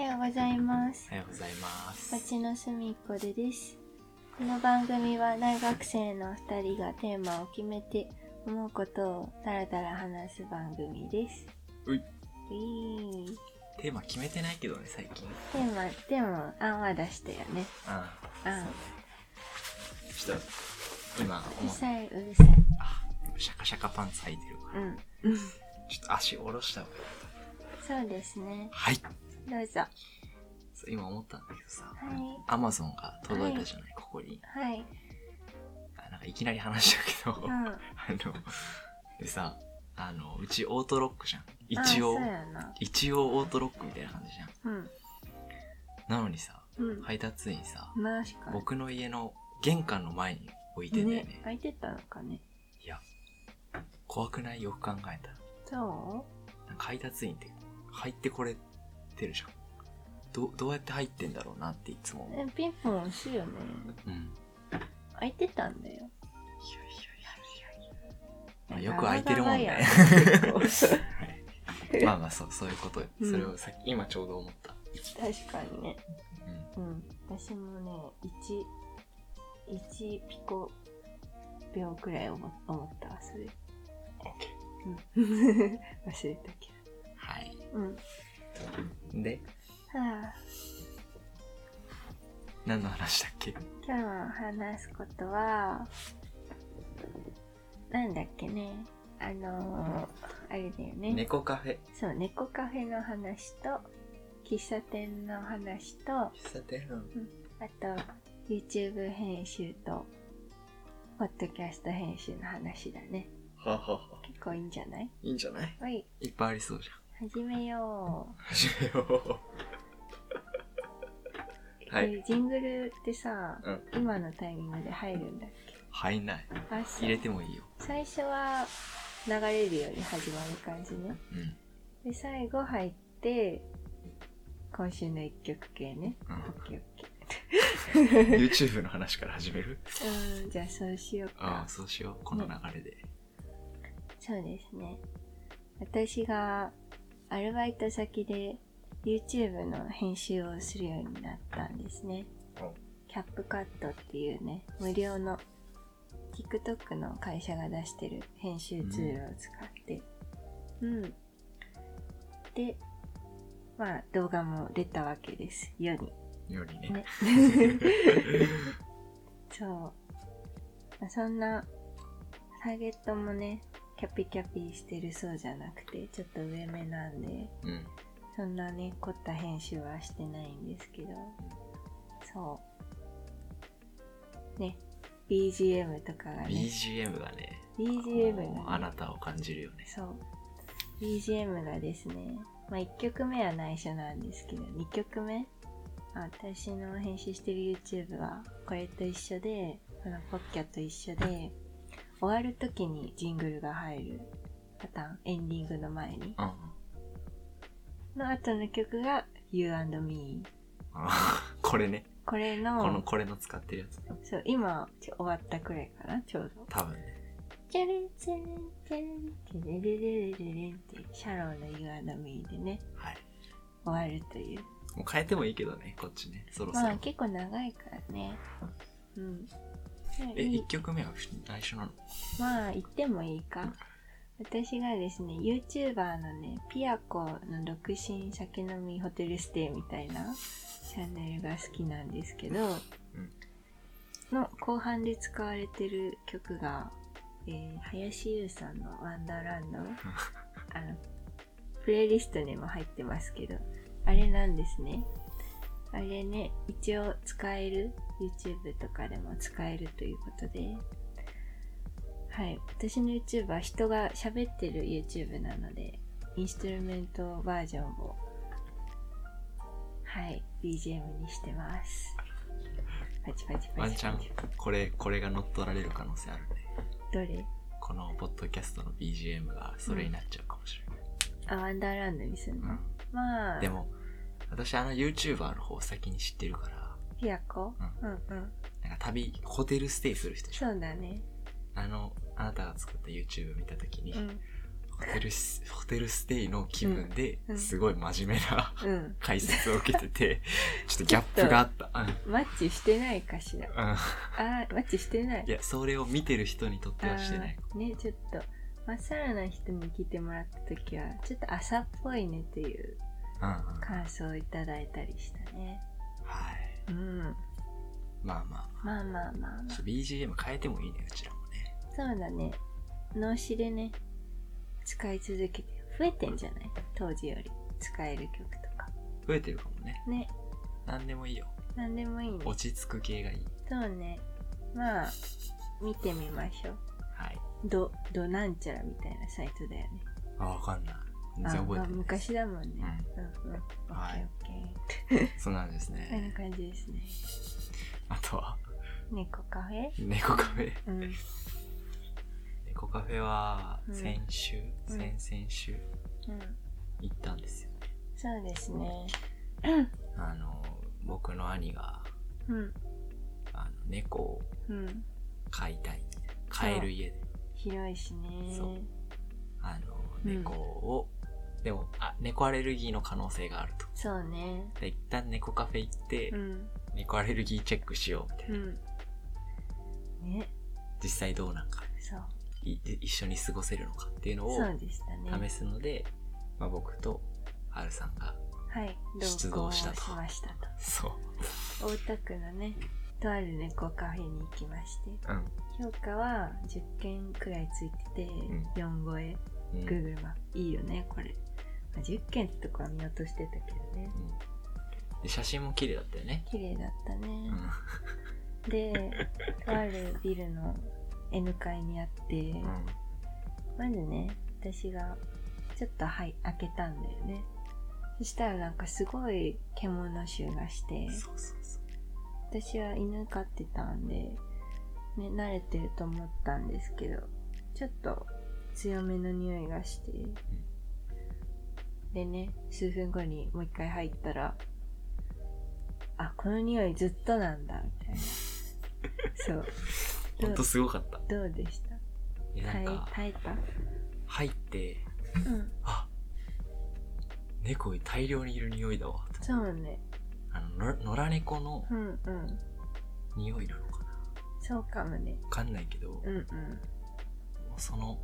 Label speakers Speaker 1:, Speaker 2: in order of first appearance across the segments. Speaker 1: ようございます
Speaker 2: お。はようございます。
Speaker 1: バチのすみっこでです。この番組は大学生の2人がテーマを決めて思うことをだらだら話す番組です。
Speaker 2: ういう
Speaker 1: い
Speaker 2: テーマ決めてないけどね、最近。
Speaker 1: テーマ、テーマ、案は出したよね。
Speaker 2: ああ、
Speaker 1: 案。
Speaker 2: ちょっと、今、
Speaker 1: うる
Speaker 2: 思っ
Speaker 1: さい、うるさい。
Speaker 2: シャカシャカパンツ履いてるから、
Speaker 1: うん。
Speaker 2: ちょっと足下ろした方がいい。
Speaker 1: そうですね。
Speaker 2: はい。
Speaker 1: どうぞ。は
Speaker 2: そう今思ったんだけどさ、
Speaker 1: い。
Speaker 2: アマゾンが届いたじゃない、ここに。
Speaker 1: はい。
Speaker 2: あなんかいきなり話したけど、
Speaker 1: う
Speaker 2: あ
Speaker 1: ん。
Speaker 2: の、でさ、あの、うちオートロックじゃん。
Speaker 1: あ
Speaker 2: 一応
Speaker 1: そう、やな。
Speaker 2: 一応オートロックみたいな感じじゃん。
Speaker 1: うん。
Speaker 2: なのにさ、
Speaker 1: うん。
Speaker 2: 配達員さ、
Speaker 1: マジか。
Speaker 2: 僕の家の玄関の前に置いてんだよね。
Speaker 1: 空いてたのかね。
Speaker 2: いや、怖くないよく考えたら。
Speaker 1: そ
Speaker 2: なんか配達員って入ってこれてるじゃん。どどうやって入ってんだろうなっていつも
Speaker 1: う
Speaker 2: 思う。
Speaker 1: えピンポン押すよね。
Speaker 2: うん。いやい
Speaker 1: 空いてたんだよ。
Speaker 2: やいやいやいや。まあ、よく空いてるもんね。はいまあまあそう、そういうことよ。
Speaker 1: うん
Speaker 2: それをさっき、今ちょうど思った。
Speaker 1: 確かにね。
Speaker 2: う
Speaker 1: う
Speaker 2: ん。
Speaker 1: ん。私もね、1、1ピコ秒くらい思思ったわ、それ。
Speaker 2: オッケ
Speaker 1: う
Speaker 2: ー
Speaker 1: ん。 忘れたけ
Speaker 2: はい。
Speaker 1: ど。うん。
Speaker 2: で、
Speaker 1: はあ、
Speaker 2: 何の話だっけ
Speaker 1: 今日話すことは、なんだっけね。あのー、あれだよね。
Speaker 2: 猫カフェ。
Speaker 1: そう、猫カフェの話と、喫茶店の話と、あ
Speaker 2: 喫茶店の
Speaker 1: と、YouTube 編集と、ポッドキャスト編集の話だね。
Speaker 2: はあはあはあ
Speaker 1: 結構いいんじゃない
Speaker 2: いいんじゃない
Speaker 1: はい、
Speaker 2: いっぱいありそうじゃん。
Speaker 1: 始めよ
Speaker 2: 始め
Speaker 1: う。
Speaker 2: よはい
Speaker 1: えジングルってさ、
Speaker 2: う。うん。
Speaker 1: 今のタイミングで入るんだっ
Speaker 2: 入んない。
Speaker 1: けあ、そう
Speaker 2: 入れてもいいよ。
Speaker 1: 最初は流れるように始まる感じね。
Speaker 2: うん。 うん。
Speaker 1: で、最後入って、今週の一曲系ね。オッケーオッケ
Speaker 2: YouTube の話から始める
Speaker 1: ー。うん、じゃあそうしよう
Speaker 2: あ
Speaker 1: か
Speaker 2: あ、。そうしよう。この流れで。
Speaker 1: そうですね。私がアルバイト先で YouTube の編集をするようになったんですね
Speaker 2: お。
Speaker 1: キャップカットっていうね、無料の TikTok の会社が出してる編集ツールを使って。うん。で、まあ動画も出たわけです。世に。
Speaker 2: よりね。
Speaker 1: ねそう。まあそんな、ターゲットもね、キャピキャピしてるそうじゃなくて、ちょっと上目なんで、
Speaker 2: うん。
Speaker 1: そんなね、凝った編集はしてないんですけど、そう。ね、BGM とかがね、
Speaker 2: BGM がね、
Speaker 1: BGM
Speaker 2: あ
Speaker 1: が、ね、
Speaker 2: なたを感じるよね。
Speaker 1: そう。BGM がですね、まあ1曲目は内緒なんですけど、2曲目あ私の編集してる YouTube はこれと一緒でこのポッキャと一緒で終わる時にジングルが入るパターンエンディングの前に
Speaker 2: うん。あ
Speaker 1: の後の曲が You&Me
Speaker 2: あ これね。
Speaker 1: これの
Speaker 2: この、これの使ってるやつね。
Speaker 1: そう今ちょ終わったくらいかなちょうど
Speaker 2: 多分ね。
Speaker 1: チャルンチャルンチャルンチャルルルルルルンってシャローの You&Me でね
Speaker 2: はい。
Speaker 1: 終わるという
Speaker 2: もう変えてもいいけどね、こっちね。そろそ
Speaker 1: まあ
Speaker 2: ろ。
Speaker 1: 結構長いからねうん
Speaker 2: え、
Speaker 1: いい
Speaker 2: 1曲目は内緒なの
Speaker 1: まあ言ってもいいか私がですね YouTuber のねピアコの独身酒飲みホテルステイみたいなチャンネルが好きなんですけど、
Speaker 2: ん
Speaker 1: の後半で使われてる曲が、えー林優さんの「ワンダーラ ンド」あのプレイリストにも入ってますけどあれなんですねあれね一応使える YouTube とかでも使えるということではい私の YouTube は人が喋ってる YouTube なのでインストゥルメントバージョンをはい BGM にしてます パチパチ
Speaker 2: ワ
Speaker 1: パ
Speaker 2: ン
Speaker 1: チ
Speaker 2: チャ
Speaker 1: パ
Speaker 2: ン
Speaker 1: チ、
Speaker 2: これ、これが乗っ取られる可能性あるね。
Speaker 1: どれ
Speaker 2: このポッドキャストの BGM がそれになっちゃうかもしれない。
Speaker 1: あワンダーランドにするの、
Speaker 2: うん
Speaker 1: まあ
Speaker 2: でも、私あの YouTuber の方を先に知ってるから、
Speaker 1: ピアコ、うん、うん
Speaker 2: なんか旅、ホテルステイする人じゃん
Speaker 1: そうだね
Speaker 2: あの、あなたが作った YouTube 見たときに、
Speaker 1: うん
Speaker 2: ホテルス、ホテルステイの気分で
Speaker 1: うんう、ん
Speaker 2: すごい真面目 な
Speaker 1: うん
Speaker 2: 解説を受けてて、ちょっとギャップがあった。うん
Speaker 1: マッチしてないかしら
Speaker 2: うん
Speaker 1: あーマッチしてない
Speaker 2: いや、それを見てる人にとってはしてない。
Speaker 1: あーねちょっとまっさらな人に聞いてもらった時はちょっと朝っぽいねっていう
Speaker 2: うんうん。はい。
Speaker 1: 感想をいただいたりしたねうん
Speaker 2: まあま
Speaker 1: まあまあまあ、
Speaker 2: あ、
Speaker 1: ま
Speaker 2: ちょっと BGM 変えてもいいね、うちらもね。
Speaker 1: あ、そうだね脳死でね使い続けて増えてんじゃない当時より使える曲とか
Speaker 2: 増えてるかもね。
Speaker 1: ね
Speaker 2: なんでもいいよ。
Speaker 1: なんでもいいね
Speaker 2: 落ち着く系がいい。
Speaker 1: そうねまあ見てみましょう
Speaker 2: はい。
Speaker 1: どどなんちゃらみたいなサイトだよね
Speaker 2: あ、わかんない。全
Speaker 1: あ
Speaker 2: 然覚えて
Speaker 1: まあ
Speaker 2: ない。
Speaker 1: 昔だもんね、うん、うんオッ
Speaker 2: は
Speaker 1: ケー
Speaker 2: い
Speaker 1: オッケ
Speaker 2: そうなんです
Speaker 1: ーこんな
Speaker 2: ね。
Speaker 1: 感じですね
Speaker 2: あとは、
Speaker 1: 猫カフェ
Speaker 2: 猫カフェ。
Speaker 1: うん
Speaker 2: 猫カフェは、
Speaker 1: うん
Speaker 2: 先週、
Speaker 1: うん
Speaker 2: 先々週、
Speaker 1: うん
Speaker 2: 行ったんですよ。
Speaker 1: そうですね
Speaker 2: あの、僕の兄が、
Speaker 1: うん
Speaker 2: あの猫を
Speaker 1: うん
Speaker 2: 飼いたい。飼える家で。
Speaker 1: 広いしね
Speaker 2: そうあの、
Speaker 1: うん
Speaker 2: 猫を、でもあ、猫アレルギーの可能性があると。
Speaker 1: そうね
Speaker 2: で、一旦猫カフェ行って、
Speaker 1: うん
Speaker 2: 猫アレルギーチェックしようみたいうな。
Speaker 1: んね
Speaker 2: 実際どうなんか、
Speaker 1: そう
Speaker 2: い一緒に過ごせるのかっていうのを
Speaker 1: そうでしたね
Speaker 2: 試すので、まあ僕と、R さんが、
Speaker 1: はい
Speaker 2: 出
Speaker 1: 同行
Speaker 2: 動したと
Speaker 1: しましたと
Speaker 2: そう。
Speaker 1: 大田区のねとある猫カフェに行きまして
Speaker 2: うん。
Speaker 1: 評価は10件くらいついてて、
Speaker 2: ん
Speaker 1: 4超え
Speaker 2: うん
Speaker 1: Google マップいいよねこれ、まあ、10件ってとこは見落としてたけどね
Speaker 2: うんで写真も綺麗だったよね。
Speaker 1: 綺麗だったね
Speaker 2: う、ん。
Speaker 1: でとあるビルの N 階にあって、
Speaker 2: うん。
Speaker 1: まずね私がちょっとはい開けたんだよねそしたらなんかすごい獣臭がして
Speaker 2: そうそうそう。
Speaker 1: 私は犬飼ってたんで、ね、慣れてると思ったんですけどちょっと強めの匂いがして、でね数分後にもう一回入ったらあこの匂いずっとなんだみたい なそう
Speaker 2: ほん
Speaker 1: ど
Speaker 2: と
Speaker 1: う
Speaker 2: すごかった。
Speaker 1: どうでした
Speaker 2: えなん
Speaker 1: 耐え
Speaker 2: か、
Speaker 1: 耐え
Speaker 2: 入って、
Speaker 1: たうん
Speaker 2: あ猫大量にいる匂いだわ。と
Speaker 1: そうね
Speaker 2: あの、の野良猫の
Speaker 1: うんうん
Speaker 2: 匂いなのかな
Speaker 1: そうかもね
Speaker 2: わかんないけど、
Speaker 1: うんうん
Speaker 2: その、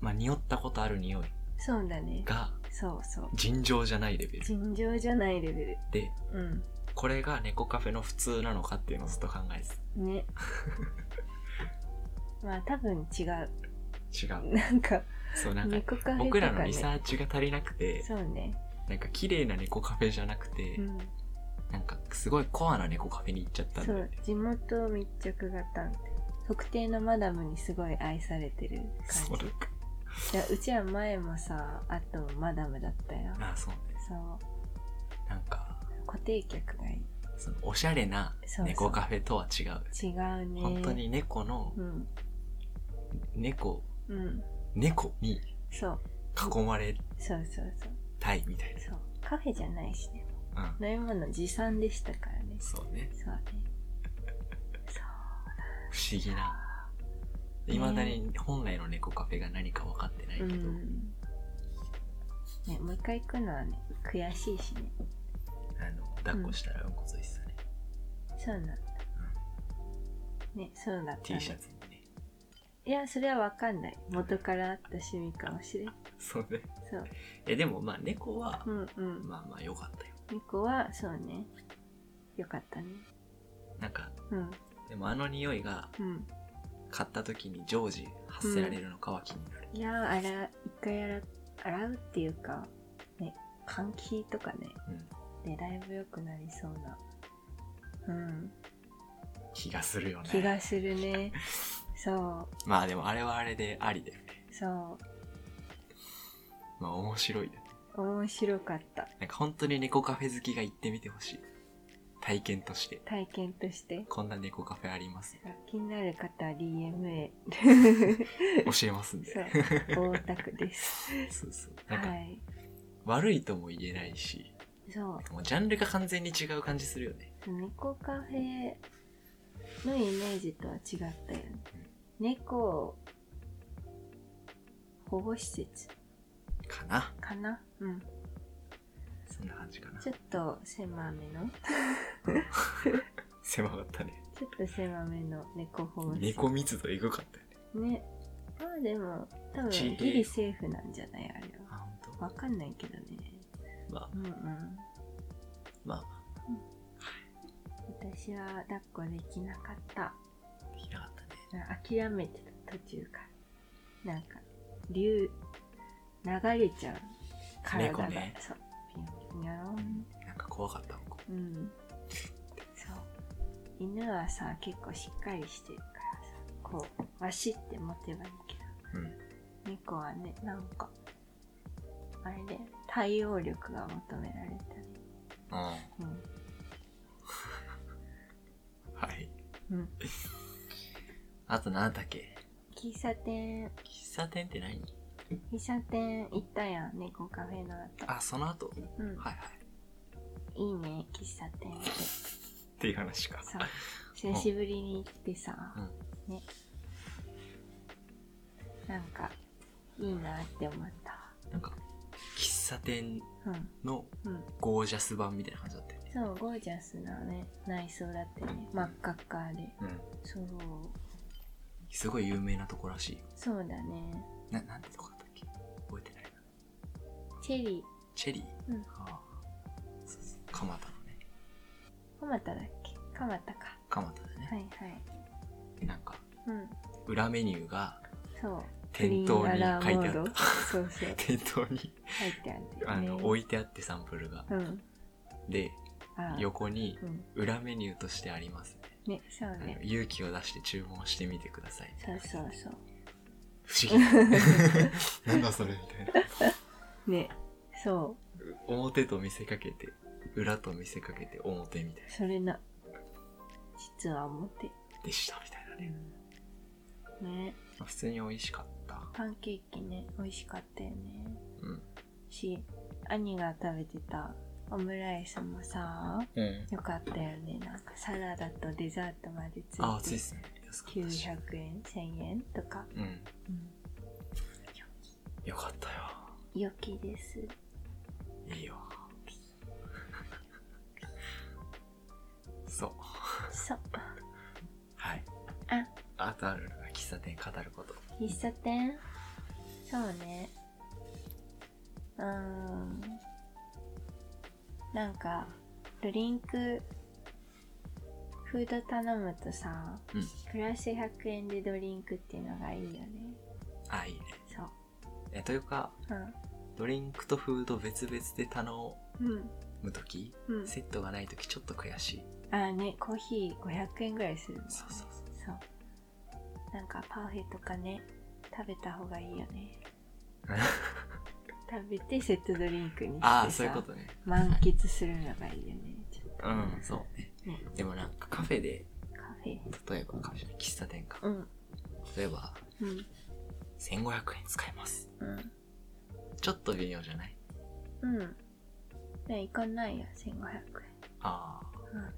Speaker 2: まあ、匂ったことある匂い
Speaker 1: そうだね
Speaker 2: が
Speaker 1: そうそう
Speaker 2: 尋常じゃないレベル
Speaker 1: 尋常じゃないレベル
Speaker 2: で、
Speaker 1: うん
Speaker 2: これが猫カフェの普通なのかっていうのをずっと考え
Speaker 1: ねまあ多分違う
Speaker 2: てた。違う。
Speaker 1: なんか
Speaker 2: そう、なんか、
Speaker 1: 猫カフェとか、ね、
Speaker 2: 僕らのリサーチが足りなくて、
Speaker 1: そうね
Speaker 2: なんか綺麗な猫カフェじゃなくて、
Speaker 1: うん
Speaker 2: なんかすごいコアな猫カフェに行っちゃったん
Speaker 1: そ
Speaker 2: だよ
Speaker 1: う
Speaker 2: ね。
Speaker 1: 地元密着型みたいな特定のマダムにすごい愛されてる
Speaker 2: そ
Speaker 1: 感
Speaker 2: う
Speaker 1: じ
Speaker 2: なんか。
Speaker 1: いやうちは前もさあともマダムだったよ
Speaker 2: あ、そうね。
Speaker 1: そう
Speaker 2: なんか、
Speaker 1: 固定客がいい
Speaker 2: そのおしゃれな
Speaker 1: そうそう
Speaker 2: 猫カフェとは違う。
Speaker 1: 違うね
Speaker 2: 本当に猫の、
Speaker 1: うん
Speaker 2: 猫、
Speaker 1: うん
Speaker 2: 猫に
Speaker 1: そう
Speaker 2: 囲まれ
Speaker 1: そうそうそう
Speaker 2: たいみたいな。
Speaker 1: そうカフェじゃないしね
Speaker 2: うん。
Speaker 1: 飲み物持参でしたからね
Speaker 2: そうね。
Speaker 1: そうねそう
Speaker 2: 不思議な。
Speaker 1: ね
Speaker 2: いまだに本来の猫カフェが何か分かってないけ
Speaker 1: う
Speaker 2: ど、
Speaker 1: んね、もう一回行くのはね悔しいしね
Speaker 2: あの、抱っこしたらうんこついてたね。
Speaker 1: そうなんだ、ねそうだったね
Speaker 2: T シャツにね。
Speaker 1: いやそれはわかんない元からあった趣味かもしれん
Speaker 2: そうね。
Speaker 1: そう
Speaker 2: え、でもまあ猫は、
Speaker 1: うんうん
Speaker 2: まあまあ良かったよ。
Speaker 1: 猫はそうねよかったね
Speaker 2: なんか、
Speaker 1: うん
Speaker 2: でもあの匂いが
Speaker 1: うん
Speaker 2: 買った時に常時発せられるのかは気になる。
Speaker 1: いやー洗う一回洗う洗うっていうかね換気とかね
Speaker 2: うん。
Speaker 1: でだいぶ良くなりそうなうん
Speaker 2: 気がするよね。
Speaker 1: 気がする ねそう
Speaker 2: まあでもあれはあれでありだよね。
Speaker 1: そ
Speaker 2: まあ面白いよね。
Speaker 1: う面白かった
Speaker 2: なんか本当に猫カフェ好きが行ってみてほしい。体験として。
Speaker 1: 体験として
Speaker 2: こんな猫カフェあります。
Speaker 1: 気になる方は DM へ
Speaker 2: 教えますんで。
Speaker 1: そう大田区です
Speaker 2: そうそう。
Speaker 1: は
Speaker 2: なんか
Speaker 1: い
Speaker 2: 悪いとも言えないし、
Speaker 1: そ
Speaker 2: もうジャンルが完全に違う感じするよね。
Speaker 1: う猫カフェのイメージとは違ったよね猫保護施設
Speaker 2: かな。
Speaker 1: かなうん。
Speaker 2: そんな感じかな
Speaker 1: ち。ょっと狭めの、
Speaker 2: 狭かったね。
Speaker 1: ちょっと狭めの猫放送。
Speaker 2: 猫密度エグかったよね。
Speaker 1: ね。まあでも、多分
Speaker 2: ち
Speaker 1: ギリセーフなんじゃないあれは。
Speaker 2: あ、本
Speaker 1: わかんないけどね。
Speaker 2: 当。まあ
Speaker 1: うんうん。
Speaker 2: ま
Speaker 1: 私は抱っこできなかった。
Speaker 2: あ、できなかったね。
Speaker 1: な諦めてた途中から。なんか、流、流れちゃう。体が。
Speaker 2: 猫ね
Speaker 1: そう。ピンピンやろ
Speaker 2: なんか怖かったもん。こ
Speaker 1: うん。そう。犬はさ、結構しっかりしてるからさ、こう、わしって持てばいいけ
Speaker 2: う
Speaker 1: ど、猫はね、なんか、あれで、対応力が求められたね。
Speaker 2: うん。はい。
Speaker 1: うん。うん。
Speaker 2: あと何だっけ
Speaker 1: 喫茶店、
Speaker 2: 喫茶店って何
Speaker 1: 喫茶店行ったやん、猫カフェの後。
Speaker 2: あ、その後。
Speaker 1: うん。
Speaker 2: はいはい。
Speaker 1: いいね、喫茶店って。
Speaker 2: っていう話か。
Speaker 1: さ、久しぶりに行ってさ、ね。なんか、いいなって思った。
Speaker 2: なんか、喫茶店
Speaker 1: うん、
Speaker 2: の
Speaker 1: うん。
Speaker 2: ゴージャス版みたいな感じだったよね。
Speaker 1: そう、ゴージャスなね、内装だったよね。真っ赤っかで。
Speaker 2: うん。
Speaker 1: そう、
Speaker 2: すごい有名なとこらしいよ。
Speaker 1: そうだね。
Speaker 2: な、なんてとこだったっけ覚えてないな。
Speaker 1: チェリ
Speaker 2: チェリー
Speaker 1: ー、うん。
Speaker 2: ああ。そうそう。蒲田のね。
Speaker 1: 蒲田だっけ蒲田か。
Speaker 2: 蒲田でね。
Speaker 1: はいはい。
Speaker 2: なんか、
Speaker 1: うん。
Speaker 2: 裏メニューが
Speaker 1: そう。
Speaker 2: 店頭に
Speaker 1: グ
Speaker 2: 書いて
Speaker 1: リーンアラ
Speaker 2: あ
Speaker 1: モ
Speaker 2: っ
Speaker 1: ード
Speaker 2: た。。
Speaker 1: そうそう。
Speaker 2: 店頭に、
Speaker 1: 書いてある、ね。
Speaker 2: あの、置いてあってサンプルが。
Speaker 1: うん。
Speaker 2: で、
Speaker 1: あ
Speaker 2: 横に
Speaker 1: うん。
Speaker 2: 裏メニューとしてありますね。
Speaker 1: ね、そう
Speaker 2: あの
Speaker 1: ね。
Speaker 2: 勇気を出して注文してみてください。
Speaker 1: そうそうそ
Speaker 2: 不 思議。 なんだそれみたいな。
Speaker 1: う。ね、そう。
Speaker 2: 表と見せかけて、裏と見せかけて表みたいな。
Speaker 1: それな実は思って
Speaker 2: でしたみたいなね。
Speaker 1: ね
Speaker 2: まあ普通に美味しかった。
Speaker 1: パンケーキね美味しかったよね
Speaker 2: うん。
Speaker 1: し兄が食べてたオムライスもさ
Speaker 2: うん。
Speaker 1: よかったよねなんかサラダとデザートまでつ
Speaker 2: あ、暑い
Speaker 1: い
Speaker 2: ってすね。安かったし。
Speaker 1: 900円1000円とか、
Speaker 2: うん。
Speaker 1: うん、
Speaker 2: よかったよ。
Speaker 1: 良きです
Speaker 2: いいよ。そう。
Speaker 1: そう
Speaker 2: はい。
Speaker 1: あ
Speaker 2: あとあるのが喫茶店語ること。
Speaker 1: 喫茶店そうねうーんなんかドリンクフード頼むとさ、
Speaker 2: うん
Speaker 1: プラス100円でドリンクっていうのがいいよね
Speaker 2: あ、いいね。
Speaker 1: そう
Speaker 2: え、というか、ドリンクとフード別々で頼
Speaker 1: うんうん
Speaker 2: むとき、
Speaker 1: うん
Speaker 2: セットがないときちょっと悔しい。
Speaker 1: あーねコーヒー500円ぐらいするもんね
Speaker 2: そうそうそう
Speaker 1: そうなんかパフェとかね食べた方がいいよね食べてセットドリンクにしてさ
Speaker 2: ああ、そういうことね。
Speaker 1: 満喫するのがいいよねちょっと
Speaker 2: うん、そうね。
Speaker 1: ね
Speaker 2: でもなんかカフェで、
Speaker 1: カフェ
Speaker 2: 例えばカフェじゃない、喫茶店か。
Speaker 1: うん
Speaker 2: 例えば、
Speaker 1: うん
Speaker 2: 1500円使えます。
Speaker 1: うん
Speaker 2: ちょっと微妙じゃない
Speaker 1: うんね行かないよ1500
Speaker 2: ああ、
Speaker 1: 円うん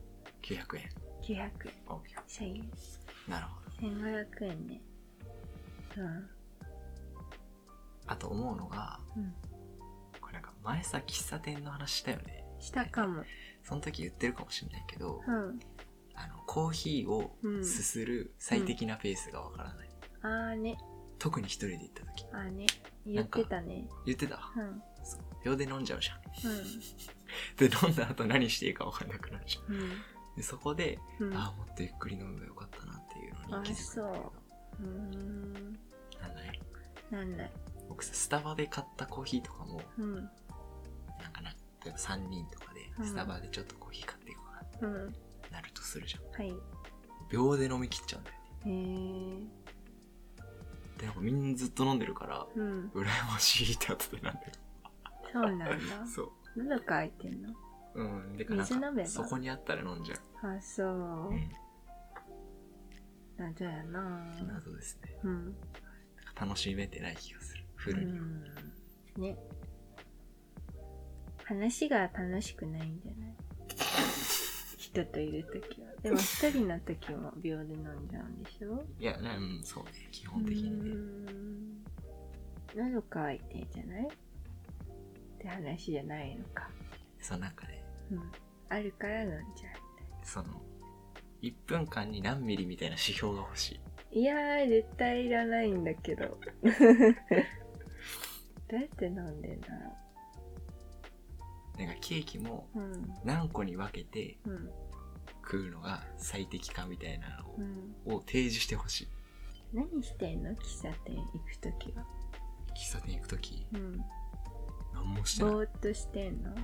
Speaker 2: 900円。
Speaker 1: 900円
Speaker 2: OK。
Speaker 1: 1000円
Speaker 2: なるほど。
Speaker 1: 1500円ねうん
Speaker 2: あと思うのが、
Speaker 1: うん
Speaker 2: これなんか前さ、喫茶店の話したよね。
Speaker 1: したかも
Speaker 2: その時言ってるかもしれないけど、
Speaker 1: うん
Speaker 2: あの、コーヒーを
Speaker 1: うん
Speaker 2: すする最適なペースがわからない。
Speaker 1: ああね
Speaker 2: 特に一人で行った時。
Speaker 1: あーね言ってたね
Speaker 2: 言ってた
Speaker 1: うんうん
Speaker 2: そう。秒で飲んじゃうじゃん。で、飲んだ後何していいかわかんなくなるじゃん。で、そこで、
Speaker 1: うんうん
Speaker 2: ああ、もっとゆっくり飲めばよかったなっていうのに気づくんだけ
Speaker 1: あうーん
Speaker 2: ど。なんだね。
Speaker 1: なんない
Speaker 2: 僕さ、スタバで買ったコーヒーとかも、
Speaker 1: うん
Speaker 2: なんかな、例えば3人とかで
Speaker 1: う、ん
Speaker 2: スタバでちょっとコーヒー買っていこうかなって
Speaker 1: うん
Speaker 2: なるとするじゃん。
Speaker 1: はい
Speaker 2: 秒で飲み切っちゃうんだよね。
Speaker 1: へえ
Speaker 2: で、なんかみんなずっと飲んでるから、
Speaker 1: うん
Speaker 2: 羨ましいって後でなんだよ。
Speaker 1: そうなんだ
Speaker 2: そう。
Speaker 1: 喉乾いてんの
Speaker 2: うん。でなん
Speaker 1: 水飲め
Speaker 2: か、
Speaker 1: ば
Speaker 2: そこにあったら飲んじゃう。
Speaker 1: あそう
Speaker 2: うん。
Speaker 1: 謎やな
Speaker 2: 謎ですね。
Speaker 1: うん
Speaker 2: なんか楽しめてない気がする。フ
Speaker 1: う
Speaker 2: ルに。
Speaker 1: んね話が楽しくないんじゃない人といるときはでも一人のときも秒で飲んじゃうんでしょ
Speaker 2: いや、ねうん、そうね。基本的にね。
Speaker 1: うーん喉乾いてんじゃないって話じゃないのか。
Speaker 2: そうなんかね
Speaker 1: うん。あるからなんじゃん。
Speaker 2: その1分間に何ミリみたいな指標が欲しい
Speaker 1: いやー、絶対いらないんだけど。ど うやって飲んでんだろ
Speaker 2: なんかケーキも
Speaker 1: う。うん。
Speaker 2: 何個に分けて
Speaker 1: うん。
Speaker 2: 食うのが最適かみたいなのを,、
Speaker 1: うん。
Speaker 2: 提示してほしい
Speaker 1: 何してんの喫茶店行くときは。
Speaker 2: 喫茶店行く時
Speaker 1: うん。
Speaker 2: 何もしてない
Speaker 1: ぼーっとしてんの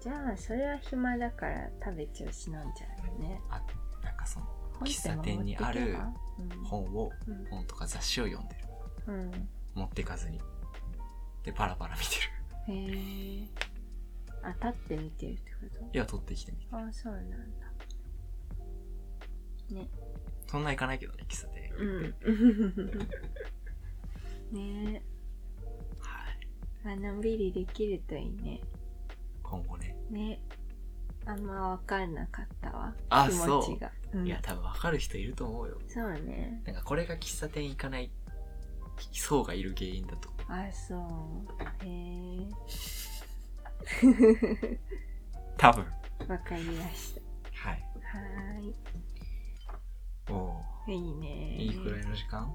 Speaker 1: じゃあ、それは暇だから食べちゃうし飲んじゃうよね。
Speaker 2: あなんかその
Speaker 1: 本って
Speaker 2: 喫茶店にある
Speaker 1: 持ってけば
Speaker 2: 本を
Speaker 1: うん。
Speaker 2: 本とか雑誌を読んでる
Speaker 1: うん。うん
Speaker 2: 持ってかずにでパラパラ見てる
Speaker 1: へえ。あ、立って見てるってこ
Speaker 2: いや取ってきてみて
Speaker 1: とあ、そうなんだ。ね。
Speaker 2: そんな行かないけどね喫茶店
Speaker 1: うん。 ね
Speaker 2: はい
Speaker 1: え。あ、のんびりできるといいね。
Speaker 2: 今後ね
Speaker 1: ね。あんまわかんなかったわ。
Speaker 2: あ
Speaker 1: 気持ち
Speaker 2: そ
Speaker 1: が。う
Speaker 2: うんいや多分分かる人いると思うよ
Speaker 1: そうね。
Speaker 2: なんかこれが喫茶店行かない層がいる原因だと
Speaker 1: あ、そう。へえ。
Speaker 2: 多分
Speaker 1: わかりました。
Speaker 2: はい
Speaker 1: はーい。
Speaker 2: おお
Speaker 1: いいね。
Speaker 2: いいくらいの時間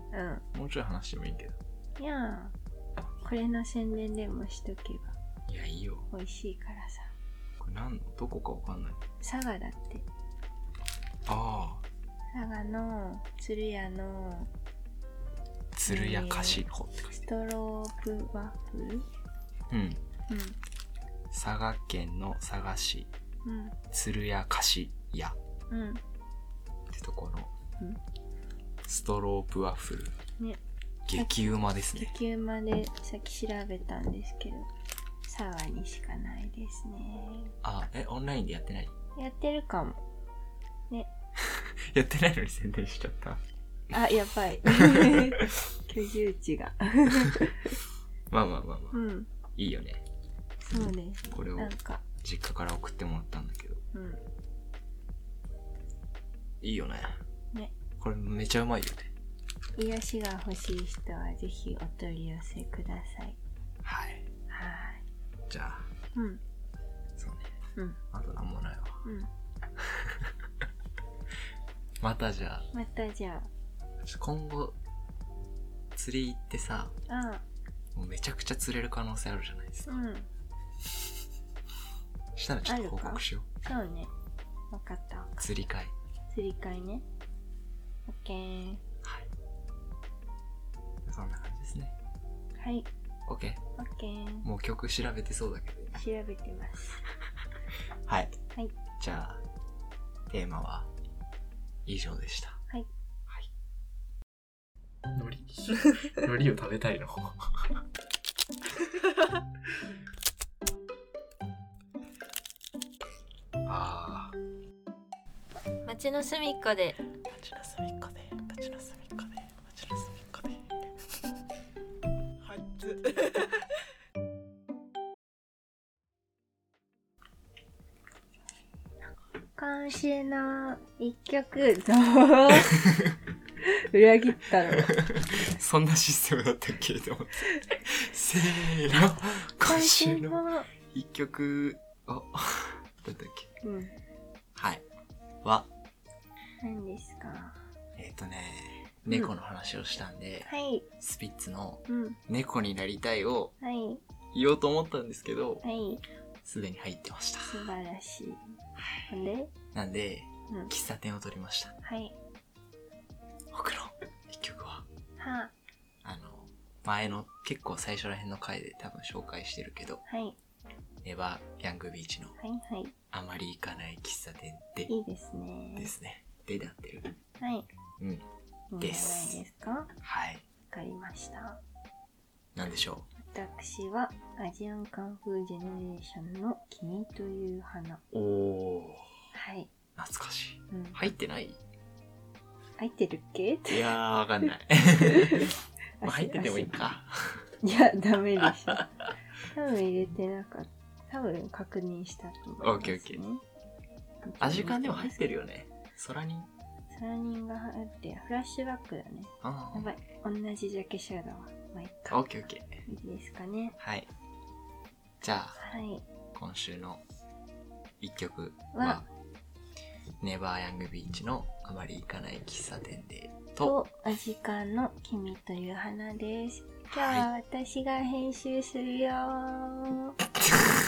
Speaker 1: うん。
Speaker 2: もうちょい話してもいいけど
Speaker 1: いやーこれの宣伝でもしとけば
Speaker 2: いやいいよ
Speaker 1: 美味しいからさ。
Speaker 2: これ何のどこか分かんない
Speaker 1: 佐賀だって。
Speaker 2: ああ
Speaker 1: 佐賀の鶴屋の
Speaker 2: 鶴屋菓子舗って書いて
Speaker 1: ストロープワッフル
Speaker 2: あるうん佐賀県の佐賀市
Speaker 1: うん。
Speaker 2: 鶴屋菓子屋っ
Speaker 1: うん。うん。
Speaker 2: てとこの
Speaker 1: うん
Speaker 2: ストロープワッフル
Speaker 1: ね、
Speaker 2: 激うまですね
Speaker 1: 激うまでさっき調べたんですけど、佐賀にしかないですね。
Speaker 2: あえオンラインでやってない
Speaker 1: やってるかも。
Speaker 2: やってないのに宣伝しちゃった
Speaker 1: あ、やば い。居住地が。
Speaker 2: まあまあまあまあ
Speaker 1: うん。
Speaker 2: いいよね
Speaker 1: そうです。
Speaker 2: これを
Speaker 1: なんか、
Speaker 2: 実家から送ってもらったんだけど
Speaker 1: うん。
Speaker 2: いいよね
Speaker 1: ね
Speaker 2: これめちゃうまいよね
Speaker 1: 癒しが欲しい人はぜひお取り寄せください。
Speaker 2: はい
Speaker 1: は
Speaker 2: じゃあ
Speaker 1: ーい。うん。
Speaker 2: そうね
Speaker 1: うん。
Speaker 2: あとなんもないわ
Speaker 1: うん。
Speaker 2: またじゃあ
Speaker 1: またじゃ
Speaker 2: ちょ今後釣り行ってさ
Speaker 1: あ。あ
Speaker 2: もうめちゃくちゃ釣れる可能性あるじゃないです
Speaker 1: あ、
Speaker 2: か
Speaker 1: うん。
Speaker 2: したらちょっと報
Speaker 1: あるか
Speaker 2: 告しよ
Speaker 1: そうね。わかったわかっ
Speaker 2: う釣り会
Speaker 1: た。釣り会ね。オッケー。
Speaker 2: はいそんな感じですね
Speaker 1: はい。
Speaker 2: OK
Speaker 1: オッケー。
Speaker 2: もう曲調べてそうだけど今
Speaker 1: 調べてます。
Speaker 2: はい、
Speaker 1: はい
Speaker 2: じゃあテーマは以上でした
Speaker 1: はい、
Speaker 2: はい、海苔海苔を食べたいの ああ
Speaker 1: 街の隅っこで。
Speaker 2: 立ちなすみっこで立ちなすみっこで立ちなすみっこではっ
Speaker 1: 今週の一曲ぞ。 裏切ったの。
Speaker 2: そんなシステムだったっけと思ってせーの今週の
Speaker 1: 今
Speaker 2: 一曲あだったっけ
Speaker 1: 週の。うん。
Speaker 2: はいは
Speaker 1: 何ですか
Speaker 2: えっ、とね猫の話をしたんで、
Speaker 1: はい。
Speaker 2: スピッツの
Speaker 1: うん。
Speaker 2: 「猫になりたい」を
Speaker 1: はい。
Speaker 2: 言おうと思ったんですけど
Speaker 1: はい。
Speaker 2: すでに入ってました
Speaker 1: 素晴らしい。ほんで
Speaker 2: なんで
Speaker 1: うん。
Speaker 2: 喫茶店を取りました
Speaker 1: はい。
Speaker 2: 僕の一曲は
Speaker 1: は、
Speaker 2: あの、前の結構最初ら辺の回で多分紹介してるけど、
Speaker 1: はい。
Speaker 2: ネバーヤングビーチの
Speaker 1: はいはい。
Speaker 2: あまり行かない喫茶店で
Speaker 1: いいですね。
Speaker 2: ですね。でなってる。
Speaker 1: はい。
Speaker 2: うん。
Speaker 1: いいんじゃないですかわ
Speaker 2: はい。
Speaker 1: かりました。
Speaker 2: なんでしょ
Speaker 1: 私はアジアンカンフージェネレーションの君という花。
Speaker 2: う。おー。
Speaker 1: はい。
Speaker 2: 懐かしい。
Speaker 1: うん。
Speaker 2: 入ってないい
Speaker 1: 入ってるっけ
Speaker 2: やー、わかんない。 まあ入っててもいいか。
Speaker 1: いや、ダメでしょ。多分入れてなかった。多分確認したと思います、ね。
Speaker 2: オッケーオッケー。アジカンでも入ってるよね。空に。
Speaker 1: サラニンが入って、フラッシュバックだね。
Speaker 2: あ
Speaker 1: やば
Speaker 2: ー
Speaker 1: い。同じジャケシャだわ。まあ、いっ
Speaker 2: オッ
Speaker 1: か。
Speaker 2: ケーオッケー。
Speaker 1: いいですかね。
Speaker 2: はい。じゃあ、
Speaker 1: はい。
Speaker 2: 今週の一曲
Speaker 1: は
Speaker 2: は、ネバーヤングビーチのあまり行かない喫茶店で、と、
Speaker 1: と、お時間の君という花です。今日は私が編集するよー。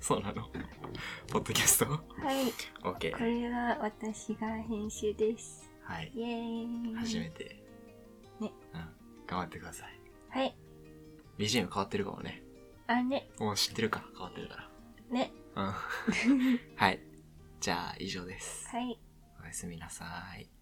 Speaker 2: そうなの ポッドキャスト
Speaker 1: はい、
Speaker 2: ?OK
Speaker 1: こ。れは私が編集です。
Speaker 2: はい。
Speaker 1: イエーイ。
Speaker 2: 初めて。
Speaker 1: ね。
Speaker 2: うん。頑張ってください。
Speaker 1: はい。
Speaker 2: BGM 変わってるかもね。
Speaker 1: あ、ね、
Speaker 2: もう知ってるから、変わってるか
Speaker 1: ね。
Speaker 2: ら。うん。はい。じゃあ、以上です。
Speaker 1: はい。
Speaker 2: おやすみなさい。